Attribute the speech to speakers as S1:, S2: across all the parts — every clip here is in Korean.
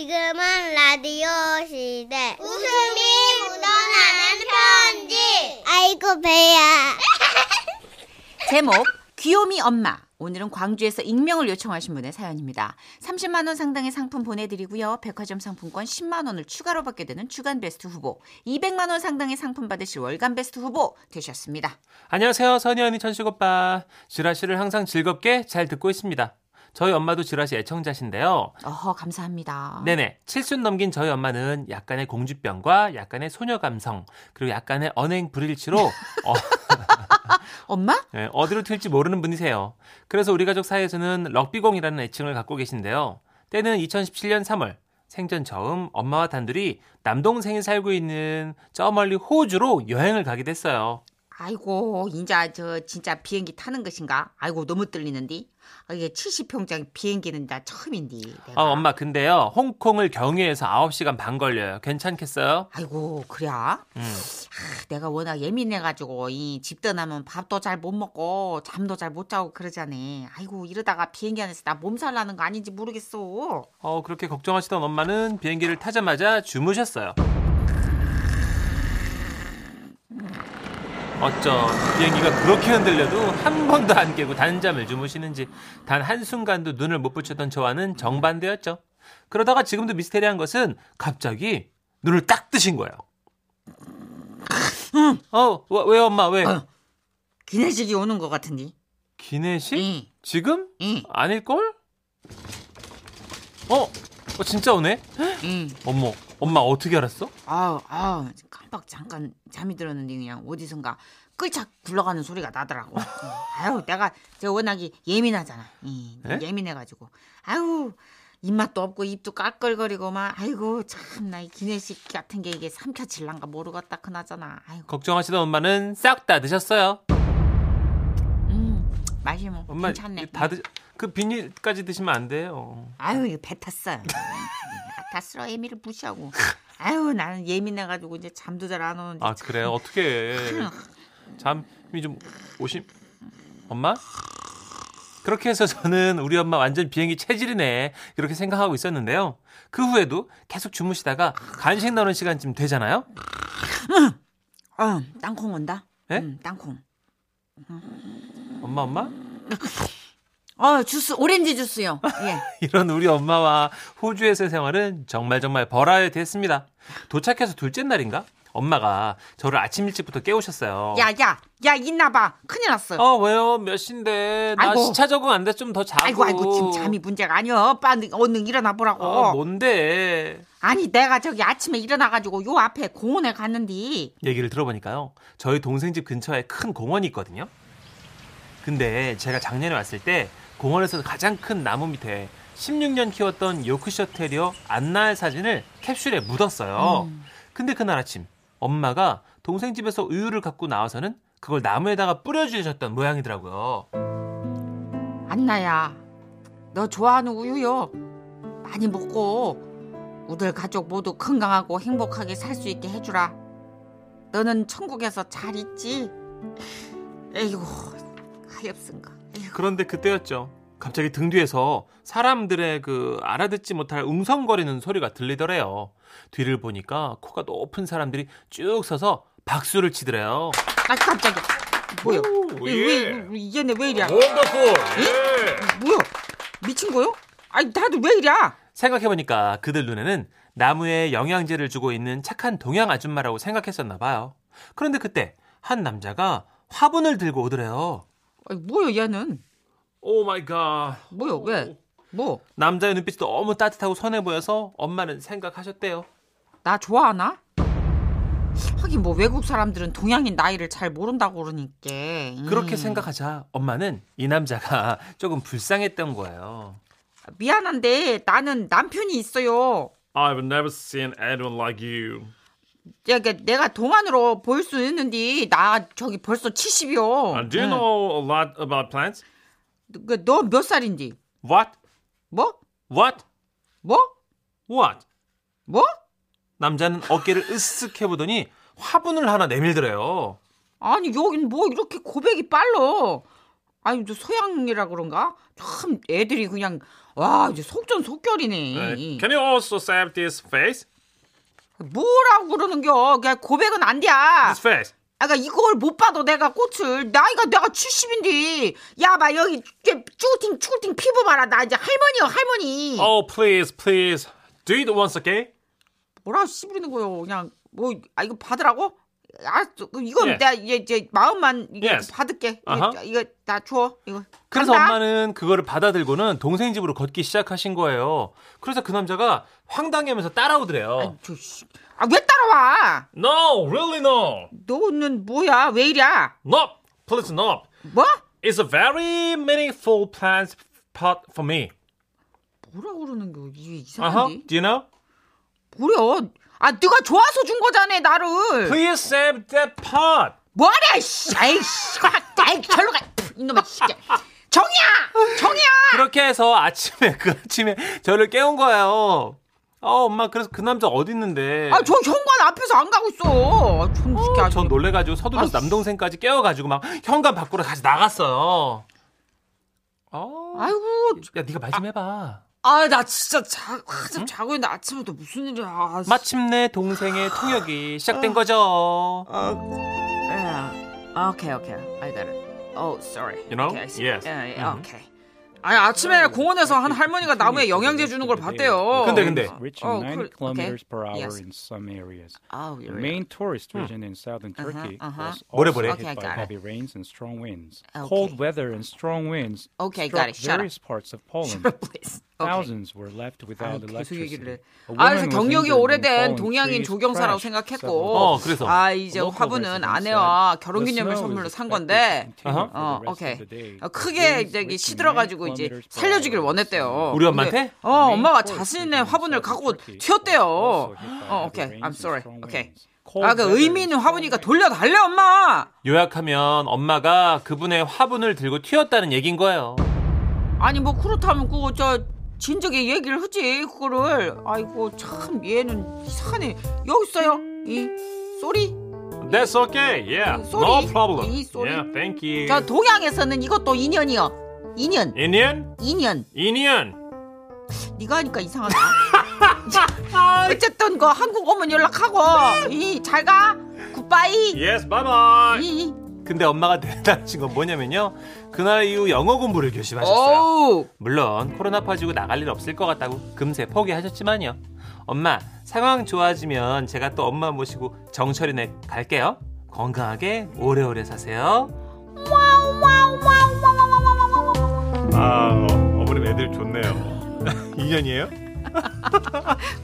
S1: 지금은 라디오 시대.
S2: 웃음이 묻어나는 편지.
S1: 아이고, 배야.
S3: 제목 귀요미 엄마. 오늘은 광주에서 익명을 요청하신 분의 사연입니다. 30만 원 상당의 상품 보내드리고요. 백화점 상품권 10만 원을 추가로 받게 되는 주간 베스트 후보, 200만 원 상당의 상품 받으실 월간 베스트 후보 되셨습니다.
S4: 안녕하세요, 선희 언니 천식 오빠. 지라 씨를 항상 즐겁게 잘 듣고 있습니다. 저희 엄마도 지라 씨 애청자신데요.
S3: 어허 감사합니다.
S4: 네네. 7순 넘긴 저희 엄마는 약간의 공주병과 약간의 소녀 감성, 그리고 약간의 언행 불일치로 어,
S3: 엄마?
S4: 네, 어디로 튈지 모르는 분이세요. 그래서 우리 가족 사이에서는 럭비공이라는 애칭을 갖고 계신데요. 때는 2017년 3월. 생전 처음 엄마와 단둘이 남동생이 살고 있는 저 멀리 호주로 여행을 가게 됐어요.
S3: 아이고 인자 저 진짜 비행기 타는 것인가? 아이고 너무 떨리는디. 아, 이게 70평장 비행기는 나 처음인디. 네. 내가.
S4: 아, 엄마 근데요. 홍콩을 경유해서 9시간 반 걸려요. 괜찮겠어요?
S3: 아이고 그래야?
S4: 음.
S3: 내가 워낙 예민해가지고 이 집 떠나면 밥도 잘 못 먹고 잠도 잘 못 자고 그러잖아. 아이고 이러다가 비행기 안에서 나 몸살 나는 거 아닌지 모르겠어.
S4: 어, 그렇게 걱정하시던 엄마는 비행기를 타자마자 주무셨어요. 어쩜 비행기가 그렇게 흔들려도 한 번도 안 깨고 단잠을 주무시는지 단 한순간도 눈을 못 붙였던 저와는 정반대였죠. 그러다가 지금도 미스테리한 것은 갑자기 눈을 딱 뜨신 거예요. 어, 왜, 왜 엄마 왜?
S3: 어. 기내식이 오는 것 같은데.
S4: 기내식?
S3: 응,
S4: 지금?
S3: 응,
S4: 아닐걸? 어, 어 진짜 오네?
S3: 응.
S4: 어머, 엄마 어떻게 알았어?
S3: 아우, 아우, 깜빡 잠깐 잠이 들었는데 그냥 어디선가 끌착 굴러가는 소리가 나더라고. 아유, 내가 제가 워낙에 예민하잖아. 이,
S4: 에?
S3: 예민해가지고. 아유, 입맛도 없고 입도 깔끌거리고 막. 아이고, 참, 나 이 기내식 같은 게 이게 삼켜질란가 모르겠다 그나저나. 아이고,
S4: 걱정하시던 엄마는 싹 다 드셨어요.
S3: 음, 맛이 뭐
S4: 엄마
S3: 괜찮네.
S4: 다 드. 그 비닐까지 드시면 안 돼요.
S3: 아유, 이거 배 탔어요. 다 쓸어 예민을 무시하고. 아유, 나는 예민해가지고 이제 잠도 잘 안 오는데.
S4: 아 그래 어떻게 잠이 좀 오심? 엄마? 그렇게 해서 저는 우리 엄마 완전 비행기 체질이네 이렇게 생각하고 있었는데요. 그 후에도 계속 주무시다가 간식 나오는 시간쯤 되잖아요.
S3: 어, 땅콩 온다.
S4: 에?
S3: 음, 땅콩.
S4: 엄마 엄마?
S3: 어, 주스, 오렌지 주스요. 예.
S4: 이런 우리 엄마와 호주에서의 생활은 정말 정말 벌화에 됐습니다. 도착해서 둘째 날인가? 엄마가 저를 아침 일찍부터 깨우셨어요.
S3: 야, 야, 야, 있나봐. 큰일 났어.
S4: 아 왜요? 몇 시인데? 나
S3: 아이고.
S4: 시차 적응 안 돼. 좀 더 자고.
S3: 아이고, 아이고, 지금 잠이 문제가 아니야. 오빠, 너- 얼른 일어나 보라고.
S4: 아, 뭔데?
S3: 아니, 내가 저기 아침에 일어나가지고 요 앞에 공원에 갔는데.
S4: 얘기를 들어보니까요. 저희 동생 집 근처에 큰 공원이 있거든요. 근데 제가 작년에 왔을 때 공원에서 가장 큰 나무 밑에 16년 키웠던 요크셔 테리어 안나의 사진을 캡슐에 묻었어요. 근데 그날 아침 엄마가 동생 집에서 우유를 갖고 나와서는 그걸 나무에다가 뿌려주셨던 모양이더라고요.
S3: 안나야, 너 좋아하는 우유요. 많이 먹고, 우들 가족 모두 건강하고 행복하게 살 수 있게 해주라. 너는 천국에서 잘 있지? 에이구, 하엽슨가. 에이구.
S4: 그런데 그때였죠. 갑자기 등 뒤에서 사람들의 그 알아듣지 못할 웅성거리는 소리가 들리더래요. 뒤를 보니까 코가 높은 사람들이 쭉 서서 박수를 치더래요.
S3: 아, 깜짝이야. 뭐야?
S4: 오,
S3: 이-
S4: 예.
S3: 왜, 이- 얘네 왜 이래?
S4: 원더풀!
S3: 뭐야? 미친 거요? 아니 나도 왜 이래?
S4: 생각해보니까 그들 눈에는 나무에 영양제를 주고 있는 착한 동양 아줌마라고 생각했었나 봐요. 그런데 그때 한 남자가 화분을 들고 오더래요.
S3: 아니, 뭐야 얘는?
S4: 오 마이 갓.
S3: 뭐야 왜? 뭐?
S4: 남자의 눈빛이 너무 따뜻하고 선해 보여서 엄마는 생각하셨대요.
S3: 나 좋아하나? 하긴 뭐 외국 사람들은 동양인 나이를 잘 모른다고 그러니까 음.
S4: 그렇게 생각하자 엄마는 이 남자가 조금 불쌍했던 거예요.
S3: 미안한데 나는 남편이 있어요.
S4: I've never seen anyone like you.
S3: 내가, 내가 동안으로 보일 수 있는데 나 저기 벌써 70이요.
S4: know a lot about plants?
S3: 그, 너 몇 살인지?
S4: What?
S3: 뭐?
S4: What?
S3: 뭐?
S4: What?
S3: 뭐?
S4: 남자는 어깨를 으쓱 해보더니 화분을 하나 내밀더래요.
S3: 아니 여긴 뭐 이렇게 고백이 빨라 아니 저 소양이라 그런가 참 애들이 그냥 와 이제 속전속결이네.
S4: Can you also save this face?
S3: 뭐라고 그러는겨? 그냥 고백은 안 돼야.
S4: This face.
S3: 아까 그러니까 이걸 못 봐도 내가 꽃을 나이가 내가 70인데 야봐 여기 쭈구팅 쭈구팅 피부 봐라 나 이제 할머니야 할머니
S4: Oh, please, please. Do it once again.
S3: 뭐라 씨부리는 거요 그냥 뭐 아 이거 받으라고 알았어 그럼 이건
S4: 예.
S3: 내가 이제, 이제 마음만 이거
S4: Yes.
S3: 받을게
S4: 아하.
S3: 이거, 이거 나줘 이거
S4: 그래서
S3: 간다.
S4: 엄마는 그거를 받아들고는 동생 집으로 걷기 시작하신 거예요. 그래서 그 남자가 황당해하면서 따라오더래요.
S3: 아 왜 따라와
S4: No, really no.
S3: 너는 뭐야 왜 이랴
S4: No, please no.
S3: 뭐
S4: It's a very meaningful plant pot for me.
S3: 뭐라 그러는 거야 이게
S4: Uh-huh.
S3: 이상한데
S4: Do you know?
S3: 뭐야 아 네가 좋아서 준 거잖아 나를
S4: Please save that pot.
S3: 뭐래 씨 아이씨 확 아이 절로 가 푸, 이놈의 새끼 정이야 정이야
S4: 그렇게 해서 아침에 그 아침에 저를 깨운 거예요. 어, 엄마 그래서 그 남자 어디 있는데?
S3: 아 저 현관 앞에서 안 가고 있어 아, 참
S4: 어,
S3: 새끼 아주
S4: 전 놀래가지고 서둘러서
S3: 아이씨.
S4: 남동생까지 깨워가지고 막 현관 밖으로 같이 나갔어요. 어.
S3: 아이고
S4: 야, 네가 말 좀 해봐.
S3: 아 나 진짜 자, 한참 자고 있는데 아침에 또 무슨 일이야 아, 씨.
S4: 마침내 동생의 통역이 시작된 거죠.
S3: 아. 예. 오케이 오케이 I got it Oh sorry
S4: You know?
S3: okay, I see.
S4: Yes.
S3: 예, 예,
S4: Mhm.
S3: 오케이 아니 아침에 공원에서 한 할머니가 나무에 영양제 주는 걸 봤대요
S4: 근데, 근데.
S5: reaching
S3: 어,
S5: 90
S3: 그,
S5: kilometers per hour
S3: Yes. Oh,
S5: in some areas.
S3: 아우
S5: The main tourist region in southern
S3: Uh-huh,
S5: Turkey
S3: uh-huh.
S5: was
S4: Bore,
S5: also
S4: bore.
S5: hit
S3: Okay,
S5: by
S3: got it.
S5: heavy rains and strong winds.
S3: Okay.
S5: Cold weather and strong winds
S3: Okay, got
S5: struck
S3: it. Shut up.
S5: various parts of Poland.
S3: Please. Okay.
S5: Thousands were
S3: 아,
S5: left without
S3: 계속 얘기를 해.
S5: electricity. A
S3: 아, 그래서
S5: woman was
S3: 경력이
S5: injured when
S3: 오래된
S5: falling
S3: 동양인
S5: trees
S3: 조경사라고
S5: crashed
S3: 생각했고,
S5: several
S4: 어, 그래서.
S3: 아 이제
S5: Local
S3: 화분은
S5: residents
S3: 아내와
S5: said
S3: 결혼 기념일
S5: the snow
S3: 선물로
S5: is
S3: 산
S5: expected
S3: 건데,
S5: to continue
S4: Uh-huh.
S3: 어,
S5: for the rest
S3: 오케이.
S5: of the day.
S3: 어, 크게
S5: Winds
S3: 저기
S5: reaching
S3: 시들어가지고 이제
S5: 9 kilometers per
S3: 살려주길
S5: hour.
S3: 원했대요.
S4: 우리 엄마한테?
S3: 근데, 어,
S5: Main
S3: 엄마가
S5: forest
S3: 자신의
S5: region
S3: 화분을
S5: southern
S3: 갖고
S5: Turkey
S3: 튀었대요.
S5: was also hit by
S3: 어,
S5: heavy
S3: 오케이.
S5: rains
S3: I'm
S5: and
S3: sorry.
S5: strong
S3: 오케이.
S5: winds.
S3: 아, 그
S5: Cold
S3: 의미 있는
S5: weather and
S3: 화분이니까
S5: strong winds.
S3: 돌려달래, 엄마.
S4: 요약하면 엄마가 그분의 화분을 들고 튀었다는 얘긴 거예요.
S3: 아니 뭐 그렇다면 그거 저 진작에 얘기를 하지 그거를 아이고 참 얘는 이상하네 여기 있어요 이 쏘리
S4: That's okay. Yeah.
S3: 쏘리.
S4: No
S3: 음,
S4: problem.
S3: 이 쏘리.
S4: Yeah. Thank you.
S3: 저 동양에서는 이것도 인연이요 인연
S4: 인연?
S3: 인연
S4: 인연.
S3: 네가 하니까 이상하다 어쨌든 그 한국 오면 연락하고 이 잘가 굿바이
S4: Yes. Bye bye.
S3: 이
S4: 근데 엄마가 대단하신 건 뭐냐면요. 그날 이후 영어 공부를 교심하셨어요.
S3: 어우
S4: 물론 코로나 퍼지고 나갈 일 없을 것 같다고 금세 포기하셨지만요. 엄마 상황 좋아지면 제가 또 엄마 모시고 정철이네 갈게요. 건강하게 오래오래 사세요. 아 어, 어머님 애들 좋네요. 인연이에요?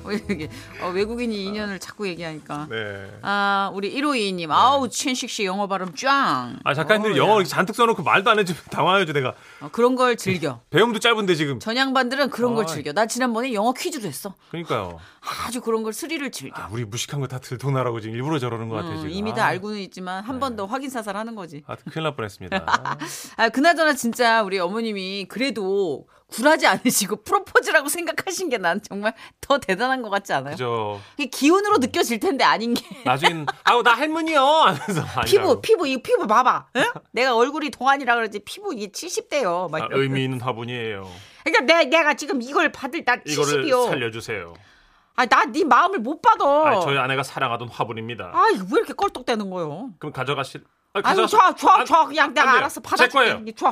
S3: 어, 이게, 어, 외국인이 인연을 자꾸 얘기하니까
S4: 네.
S3: 아 우리 1522님 아우 첸식 씨 영어 발음 짱
S4: 아 작가님들 영어
S3: 예.
S4: 이렇게 잔뜩 써놓고 말도 안 해주면 당황해요 내가
S3: 어, 그런 걸 즐겨
S4: 배움도 짧은데 지금
S3: 전양반들은 그런 걸
S4: 어이.
S3: 즐겨. 나 지난번에 영어 퀴즈도 했어.
S4: 그러니까요
S3: 아주 그런 걸 스릴을 즐겨.
S4: 아, 우리 무식한 거 다 들통나라고 지금 일부러 저러는 것 같아요
S3: 음,
S4: 지금
S3: 이미 다
S4: 아, 네.
S3: 알고는 있지만 한 번 더 확인 사살하는 거지.
S4: 아 큰일 날 뻔했습니다
S3: 아 그나저나 진짜 우리 어머님이 그래도 굴하지 않으시고 프로포즈라고 생각하신 게 난 정말 더 대단한 것 같지 않아요?
S4: 그죠
S3: 이게 기운으로 느껴질 텐데 아닌 게
S4: 나중엔 아우 나 할머니요 하면서
S3: 피부 피부 이 피부 봐봐. 응? 내가 얼굴이 동안이라 그러지 피부 이게 70대요.
S4: 아,
S3: 막 이러고.
S4: 있는 화분이에요
S3: 그러니까 내 내가 지금 이걸 받을 나 70이요.
S4: 살려주세요
S3: 아나 네 마음을 못 받아.
S4: 아내가 사랑하던 화분입니다
S3: 아, 이거 왜 이렇게 껄떡대는 거예요?
S4: 그럼 가져가실 아,
S3: 아유, 줘, 줘, 줘. 그냥 내가 알아서 받아줄게. 줘, 줘.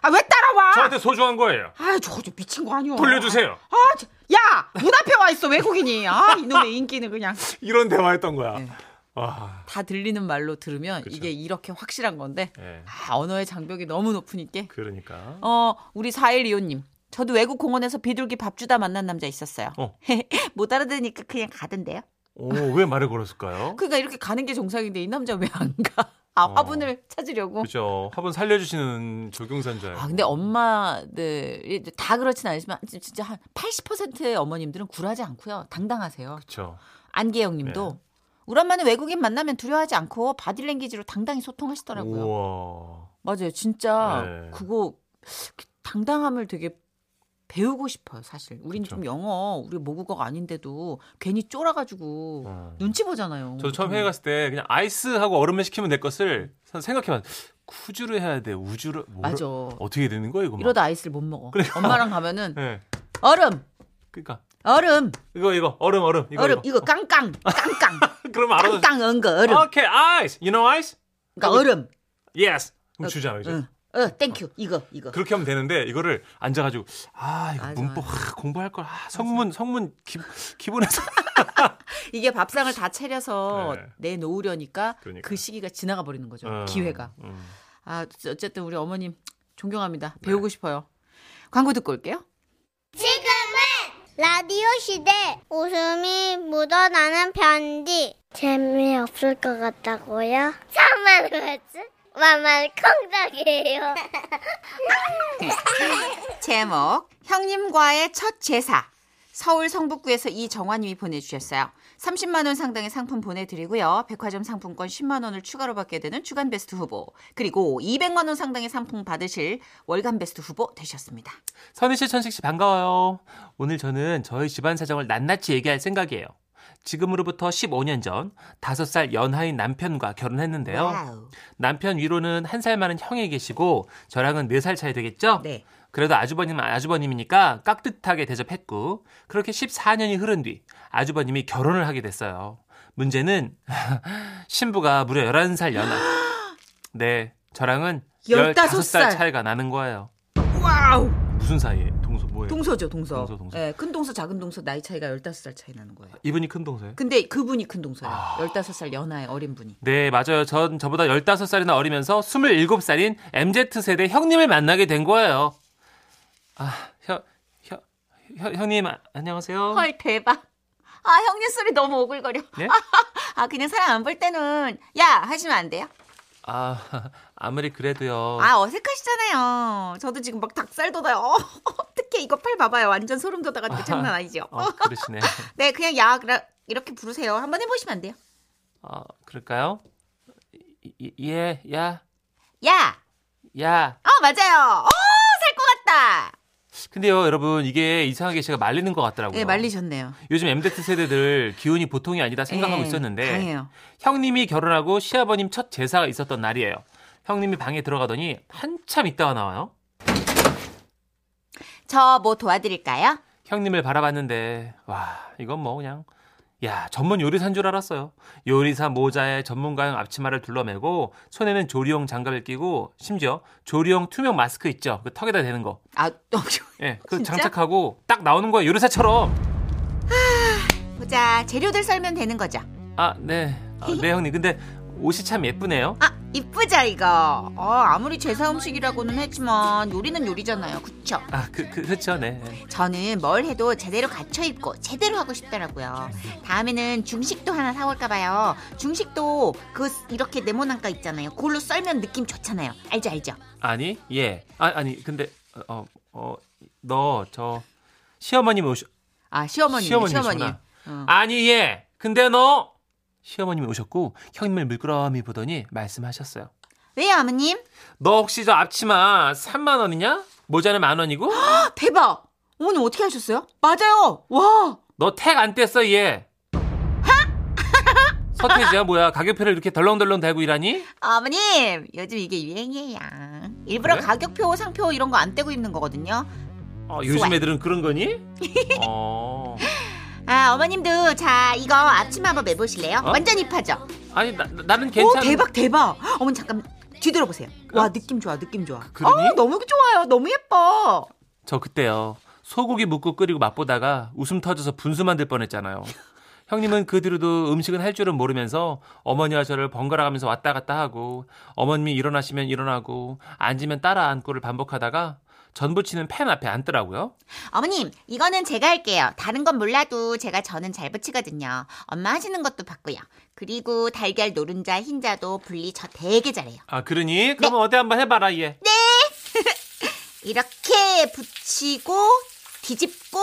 S3: 아, 왜 따라와?
S4: 소중한 거예요
S3: 아, 저거 좀 미친 거 아니야.
S4: 돌려주세요.
S3: 아, 저- 야, 문 앞에 와 있어, 외국인이. 아, 이놈의 인기는 그냥.
S4: 이런 대화했던 거야
S3: 네.
S4: 아, 와,
S3: 다 들리는 말로 들으면 이게 이렇게 확실한 건데,
S4: 예,
S3: 아, 언어의 장벽이 너무 높으니까.
S4: 그러니까
S3: 어, 우리 4125님. 저도 외국 공원에서 비둘기 밥 주다 만난 남자 있었어요.
S4: 어.
S3: 못 알아들으니까 그냥 가던데요.
S4: 오, 왜 말을 걸었을까요?
S3: 그러니까 이렇게 가는 게 정상인데 이 남자 왜 안 가? 아,
S4: 어.
S3: 화분을 찾으려고.
S4: 그죠. 화분 살려주시는 조경사인 줄 알고.
S3: 아, 근데 엄마들이 다 그렇진 않지만 진짜 한 80%의 어머님들은 굴하지 않고요. 당당하세요.
S4: 그렇죠.
S3: 안계영 님도
S4: 네.
S3: 우리 엄마는 외국인 만나면 두려워하지 않고 바디랭귀지로 당당히 소통하시더라고요.
S4: 우와.
S3: 맞아요. 진짜
S4: 네.
S3: 그거 당당함을 되게 배우고 싶어요, 사실. 우린 좀 영어, 우리 뭐 모국어가 아닌데도 괜히 쫄아가지고
S4: 어.
S3: 눈치 보잖아요.
S4: 저도 처음 해외 갔을 때 그냥 아이스하고 얼음을 시키면 될 것을 생각해봤 쿠즈를 해야 돼 우주를 뭐를-
S3: 맞아.
S4: 어떻게 되는 거야 이거 막.
S3: 이러다 아이스를 못 먹어. 엄마랑 가면은
S4: 예.
S3: 얼음,
S4: 그러니까
S3: 얼음,
S4: 이거 이거 얼음 얼음 이거
S3: 얼음,
S4: 이거,
S3: 이거 깡깡, 깡깡,
S4: 그러면 알아서
S3: 깡깡 응거 얼음.
S4: 오케이 아이스 you know ice
S3: 그러니까 얼음.
S4: yes 그럼 주잖아 그죠
S3: 응. 어, 땡큐. 이거, 이거.
S4: 그렇게 하면 되는데 이거를 앉아가지고 아 이거
S3: 맞아,
S4: 문법 아, 공부할 걸 아, 성문 성문 기, 기본에서
S3: 이게 밥상을 다 차려서 내놓으려니까 그
S4: 그러니까.
S3: 시기가 지나가 버리는 거죠.
S4: 어,
S3: 기회가.
S4: 음.
S3: 아, 어쨌든 우리 어머님 존경합니다. 배우고 싶어요. 광고 듣고 올게요.
S1: 라디오 시대 웃음이 묻어나는 편지 재미없을 것 같다고요? 참만 그랬지? 만만 콩닥이에요
S3: 제목 형님과의 첫 제사 서울 성북구에서 이정화님이 보내주셨어요. 30만 원 상당의 상품 보내드리고요. 백화점 상품권 10만 원을 추가로 받게 되는 주간 베스트 후보 그리고 200만 원 상당의 상품 받으실 월간 베스트 후보 되셨습니다.
S4: 선희 씨, 천식 씨 반가워요. 오늘 저는 저희 집안 사정을 낱낱이 얘기할 생각이에요. 지금으로부터 15년 전 5살 연하인 남편과 결혼했는데요.
S3: 와우.
S4: 남편 위로는 한 살 많은 형이 계시고 저랑은 네 살 차이 되겠죠?
S3: 네.
S4: 그래도 아주버님은 아주버님이니까 깍듯하게 대접했고 그렇게 14년이 흐른 뒤 아주버님이 결혼을 하게 됐어요. 문제는 신부가 무려 11살 연하. 네, 저랑은
S3: 15살
S4: 15살 차이가 나는 거예요.
S3: 와우.
S4: 무슨 사이에? 동서 뭐예요?
S3: 동서죠 동서.
S4: 네. 동서, 동서.
S3: 예, 큰 동서 작은 동서 나이 차이가 15살 차이 나는 거예요.
S4: 이분이 큰 동서예요?
S3: 근데 그분이 큰 동서예요.
S4: 아.
S3: 15살 연하의 어린 분이.
S4: 네, 맞아요. 전 저보다 15살이나 어리면서 27살인 MZ세대 형님을 만나게 된 거예요. 아, 형, 형, 형, 형님, 아, 안녕하세요.
S3: 헐 대박. 아 형님 소리 너무 오글거려.
S4: 예?
S3: 아 그냥 사람 안 볼 때는 야 하시면 안 돼요?
S4: 아, 아무리 그래도요.
S3: 아 어색하시잖아요. 저도 지금 막 닭살 돋아요. 어, 어떻게 이거 팔 봐봐요. 완전 소름 돋아가지고 장난 아니죠.
S4: 어, 그러시네.
S3: 네 그냥 야 그라, 이렇게 부르세요. 한번 해보시면 안 돼요?
S4: 어, 그럴까요? 이- 이- 예, 야,
S3: 야.
S4: 야.
S3: 어 맞아요. 어살 것 같다.
S4: 아, 근데요, 여러분, 이게 이상하게 제가 말리는 것 같더라고요.
S3: 네 말리셨네요.
S4: 요즘 MZ 세대들 기운이 보통이 아니다 생각하고
S3: 예,
S4: 있었는데
S3: 당해요.
S4: 형님이 결혼하고 시아버님 첫 제사가 있었던 날이에요. 형님이 방에 들어가더니 한참 있다가 나와요.
S3: 저 뭐 도와드릴까요?
S4: 형님을 바라봤는데 와 이건 뭐 그냥 야 전문 요리사인 줄 알았어요. 요리사 모자에 전문가용 앞치마를 둘러매고 손에는 조리용 장갑을 끼고 심지어 조리용 투명 마스크 있죠. 그 턱에다 대는 거.
S3: 아
S4: 예, 그
S3: 진짜?
S4: 장착하고 딱 나오는 거예요. 요리사처럼.
S3: 보자 재료들 썰면 되는 거죠.
S4: 아 네, 아, 네 형님. 근데 옷이 참 예쁘네요.
S3: 아 이쁘죠 이거 어, 아무리 제사 음식이라고는 했지만 요리는 요리잖아요 그쵸
S4: 아 그 그 그렇죠, 네.
S3: 저는 뭘 해도 제대로 갖춰 입고 제대로 하고 싶더라고요 다음에는 중식도 하나 사올까 봐요 중식도 그 이렇게 네모난 거 있잖아요 그걸로 썰면 느낌 좋잖아요 알죠 알죠
S4: 아니 예, 아 아니 근데 어, 어어너저 시어머님 오셔.
S3: 아 시어머니 시어머니
S4: 시어머니시구나.
S3: 시어머니 어.
S4: 아니 예. 근데 너 시어머님이 오셨고 형님을 물끄러미 보더니 말씀하셨어요.
S3: 왜요 어머님
S4: 너 혹시 저 앞치마 3만 원이냐? 모자는 만 원이고?
S3: 아, 대박 어머님 어떻게 하셨어요 맞아요 와
S4: 너 택 안 뗐어 얘. 서태지야 뭐야 가격표를 이렇게 덜렁덜렁 달고 일하니?
S3: 어머님 요즘 이게 유행이에요 일부러
S4: 그래?
S3: 가격표 상표 이런 거 안 떼고 입는 거거든요
S4: 어, 요즘 애들은 그런 거니? 어.
S3: 아 어머님도 자 이거 앞치마 한번 매보실래요?
S4: 어?
S3: 완전 힙하죠?
S4: 아니 나, 나는 괜찮아.
S3: 오 대박 대박 어머니 잠깐 뒤돌아보세요 와 느낌 좋아 느낌 좋아
S4: 그러니?
S3: 아, 너무 좋아요 너무 예뻐
S4: 저 그때요 소고기 묵고 끓이고 맛보다가 웃음 터져서 분수 만들 뻔했잖아요. 형님은 그 뒤로도 음식은 할 줄은 모르면서 어머니와 저를 번갈아 가면서 왔다 갔다 하고 어머님이 일어나시면 일어나고 앉으면 따라 앉고를 반복하다가 전부치는 팬 앞에 앉더라고요.
S3: 어머님 이거는 제가 할게요 다른 건 몰라도 제가 저는 잘 붙이거든요 엄마 하시는 것도 봤고요 그리고 달걀 노른자 흰자도 분리 저 되게 잘해요
S4: 아 그러니 그러면 어디 한번 해봐라 얘.
S3: 이렇게 붙이고 뒤집고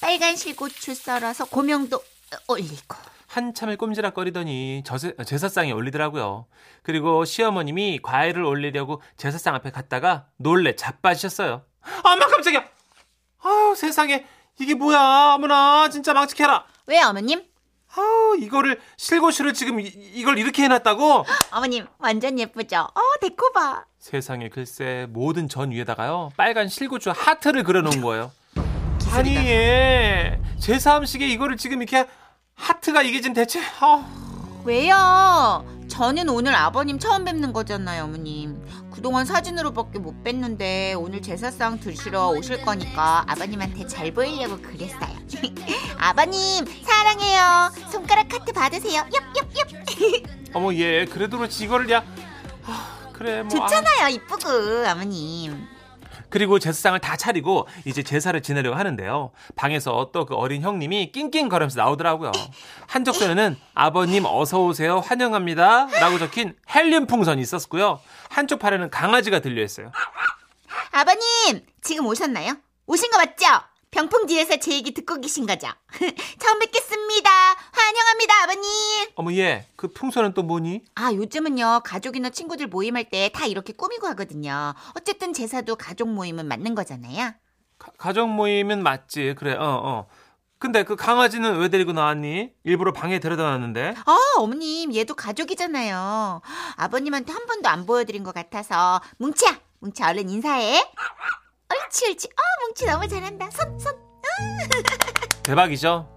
S3: 빨간 실고추 썰어서 고명도 올리고
S4: 한참을 꼼지락거리더니 저세- 제사상에 올리더라고요. 그리고 시어머님이 과일을 올리려고 제사상 앞에 갔다가 놀래 자빠지셨어요. 엄마 깜짝이야! 아, 아우 세상에 이게 뭐야 어머나 진짜 망측해라.
S3: 왜 어머님?
S4: 아우 이거를 실고 실을 지금 이, 이걸 이렇게 해놨다고?
S3: 어머님 완전 예쁘죠? 어 데코 봐.
S4: 세상에 글쎄 모든 전 위에다가요 빨간 실고추 하트를 그려놓은 거예요. 아니 예. 제사음식에 이거를 지금 이렇게 하트가 이게 지금 대체 아
S3: 왜요? 저는 오늘 아버님 처음 뵙는 거잖아요, 어머님. 그동안 사진으로밖에 못 뵀는데 오늘 제사상 드시러 오실 거니까 아버님한테 잘 보이려고 그랬어요. 아버님 사랑해요. 손가락 카트 받으세요. 엽엽엽.
S4: 어머 예 그래도 그렇지 이거를 야 아, 그래 뭐 아.
S3: 좋잖아요, 이쁘고 아버님.
S4: 그리고 제사상을 다 차리고 이제 제사를 지내려고 하는데요. 방에서 또 그 어린 형님이 낑낑거리면서 나오더라고요. 한쪽편에는 아버님 어서 오세요 환영합니다라고 적힌 헬륨 풍선이 있었고요. 한쪽 팔에는 강아지가 들려 있어요.
S3: 아버님 지금 오셨나요? 오신 거 맞죠? 병풍 뒤에서 제 얘기 듣고 계신 거죠? 처음 뵙겠습니다. 환영합니다, 아버님.
S4: 어머 예 그 풍선은 또 뭐니?
S3: 아, 요즘은요, 가족이나 친구들 모임할 때 다 이렇게 꾸미고 하거든요. 어쨌든 제사도 가족 모임은 맞는 거잖아요.
S4: 가- 가족 모임은 맞지 그래 어 어. 근데 그 강아지는 왜 데리고 나왔니? 일부러 방에 데려다 놨는데.
S3: 아, 어머님, 얘도 가족이잖아요. 아버님한테 한 번도 안 보여드린 것 같아서. 뭉치야! 뭉치, 얼른 인사해. 옳지, 옳지. 어, 뭉치 너무 잘한다. 손, 손.
S4: 대박이죠.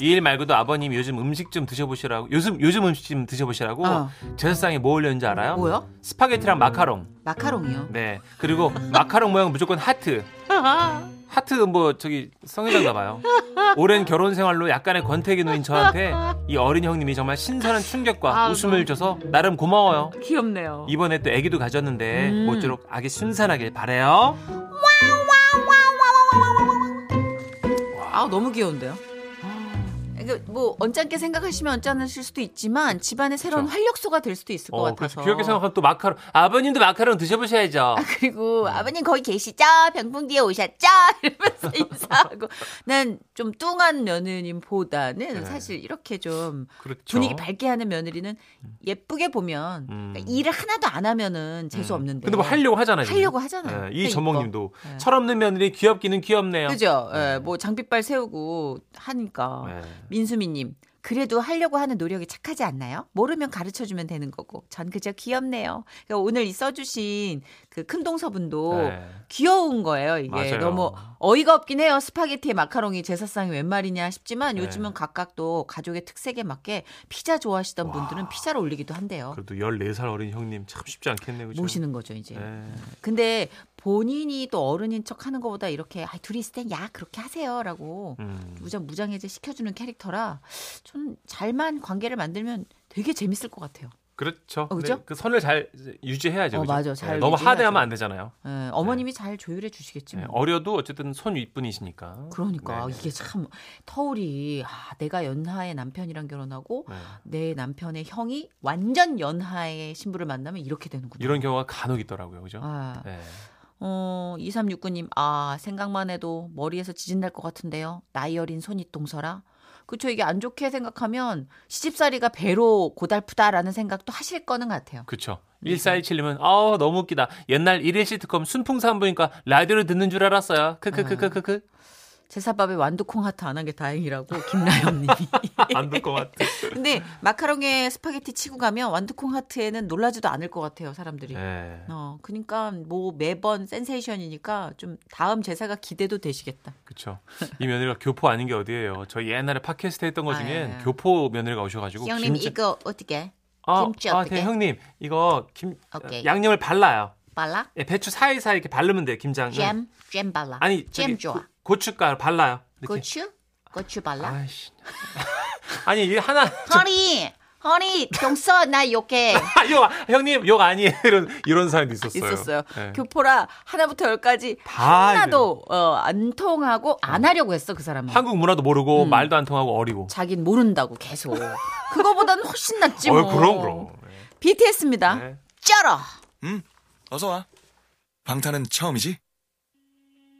S4: 이 일 말고도 아버님 요즘 음식 좀 드셔보시라고 요즘 요즘 음식 좀 드셔보시라고
S3: 어.
S4: 제사상에 뭐 올렸는지 알아요?
S3: 뭐요?
S4: 스파게티랑 마카롱.
S3: 마카롱이요.
S4: 네. 그리고 마카롱 모양 무조건 하트. 하트 뭐 저기 성의자인가 봐요. 오랜 결혼 생활로 약간의 권태기 놓인 저한테 이 어린 형님이 정말 신선한 충격과 웃음을 줘서 나름 고마워요.
S3: 귀엽네요.
S4: 이번에 또 아기도 가졌는데
S3: 음.
S4: 모쪼록 아기 순산하길 바래요.
S3: 아, 너무 귀여운데요? 이게 뭐 언짢게 생각하시면 언짢으실 수도 있지만 집안의 새로운 활력소가 될 수도 있을 것
S4: 어,
S3: 같아서 아,
S4: 그래서 귀엽게 생각하면 또 마카롱 아버님도 마카롱 드셔보셔야죠. 어.
S3: 그리고 아버님 거기 계시죠? 병풍 뒤에 오셨죠? 이러면서 인사하고 난 좀 뚱한 며느님보다는
S4: 네.
S3: 사실 이렇게 좀
S4: 그렇죠.
S3: 분위기 밝게 하는 며느리는 예쁘게 보면
S4: 음.
S3: 그러니까 일을 하나도 안 하면은 재수 없는데
S4: 근데 뭐 하려고 하잖아요. 지금.
S3: 하려고 하잖아요.
S4: 예,
S3: 그러니까
S4: 이 전목님도
S3: 이뻐. 예.
S4: 철없는 며느리 귀엽기는 귀엽네요.
S3: 그죠? 예, 뭐 장비빨 세우고 하니까
S4: 예.
S3: 민수미님 그래도 하려고 하는 노력이 착하지 않나요? 모르면 가르쳐 주면 되는 거고 전 그저 귀엽네요. 그러니까 오늘 이 써주신 그 큰동서분도
S4: 네.
S3: 귀여운 거예요. 이게
S4: 맞아요.
S3: 너무 어이가 없긴 해요. 스파게티에 마카롱이 제사상이 웬 말이냐 싶지만
S4: 네.
S3: 요즘은 각각 또 가족의 특색에 맞게 피자 좋아하시던 분들은 피자를 올리기도 한대요.
S4: 그래도 14살 어린 형님 참 쉽지 그렇죠. 않겠네요. 그죠?
S3: 모시는 음. 거죠 이제.
S4: 예.
S3: 근데 본인이 또 어른인 척 하는 것보다 이렇게 아, 둘이 있을 땐 야 그렇게 하세요라고
S4: 음.
S3: 무장 무장해제 시켜주는 캐릭터라 좀 잘만 관계를 만들면 되게 재밌을 것 같아요.
S4: 그렇죠.
S3: 어, 그죠?
S4: 네, 그 선을 잘 유지해야죠.
S3: 어,
S4: 그죠?
S3: 맞아. 잘
S4: 예, 너무
S3: 유지해야죠.
S4: 하대하면 안 되잖아요.
S3: 예, 어머님이 잘 조율해 주시겠지.
S4: 예,
S3: 뭐.
S4: 네. 어려도 어쨌든 손 윗분이시니까.
S3: 그러니까
S4: 네, 네.
S3: 이게 참 터울이 아, 내가 연하의 남편이랑 결혼하고
S4: 네.
S3: 내 남편의 형이 완전 연하의 신부를 만나면 이렇게 되는구나.
S4: 이런 경우가 간혹 있더라고요. 그죠?
S3: 아,
S4: 네.
S3: 어, 2369님, 아, 생각만 해도 머리에서 지진 날 것 같은데요. 나이 어린 손이 동서라. 그쵸, 이게 안 좋게 생각하면 시집살이가 배로 고달프다라는 생각도 하실 거는 같아요.
S4: 그쵸.
S3: 예.
S4: 1417님은, 아 너무 웃기다. 옛날 일일 시트콤 순풍산부인과 라디오를 듣는 줄 알았어요. 크크크크크크.
S3: 제사밥에 완두콩 하트 안 한 게 다행이라고, 김나연님이.
S4: 안 될 것 같아.
S3: 근데 마카롱에 스파게티 치고 가면 완두콩 하트에는 놀라지도 않을 것 같아요, 사람들이.
S4: 예.
S3: 어, 그니까 뭐 매번 센세이션이니까 좀 다음 제사가 기대도 되시겠다.
S4: 그렇죠. 이 며느리가 교포 아닌 게 어디예요. 저희 옛날에 팟캐스트 했던 것
S3: 아,
S4: 중에
S3: 예.
S4: 교포 며느리가 오셔가지고
S3: 형님
S4: 김치-
S3: 이거 어떻게
S4: 아,
S3: 김치
S4: 아,
S3: 어떻게?
S4: 네, 형님 이거 김
S3: 오케이.
S4: 양념을 발라요.
S3: 발라?
S4: 예, 배추 사이사이 이렇게 바르면 돼요. 김장은.
S3: 잼? 잼 발라.
S4: 네. 아니 저기
S3: 잼 좋아.
S4: 고, 추가루 발라요. 이렇게.
S3: 고추? 고추 발라?
S4: 아이씨. 아니 이게 하나.
S3: 허니! 허니! 동서 나 욕해.
S4: 아, 욕 아- 형님 욕 아니에요. 이런 이런 사연도 있었어요.
S3: 있었어요.
S4: 예.
S3: 교포라 하나부터 열까지
S4: 다
S3: 하나도 어, 안 통하고 안 하려고 했어 그 사람은.
S4: 한국 문화도
S3: 음.
S4: 모르고 말도 안 통하고 어리고.
S3: 자긴 모른다고 계속. 그거보다는 훨씬 낫지 뭐. 아?
S4: 어, 그럼 그럼.
S3: BTS입니다.
S4: 네.
S3: 쩔어.
S6: 어서 와. 방탄은 처음이지?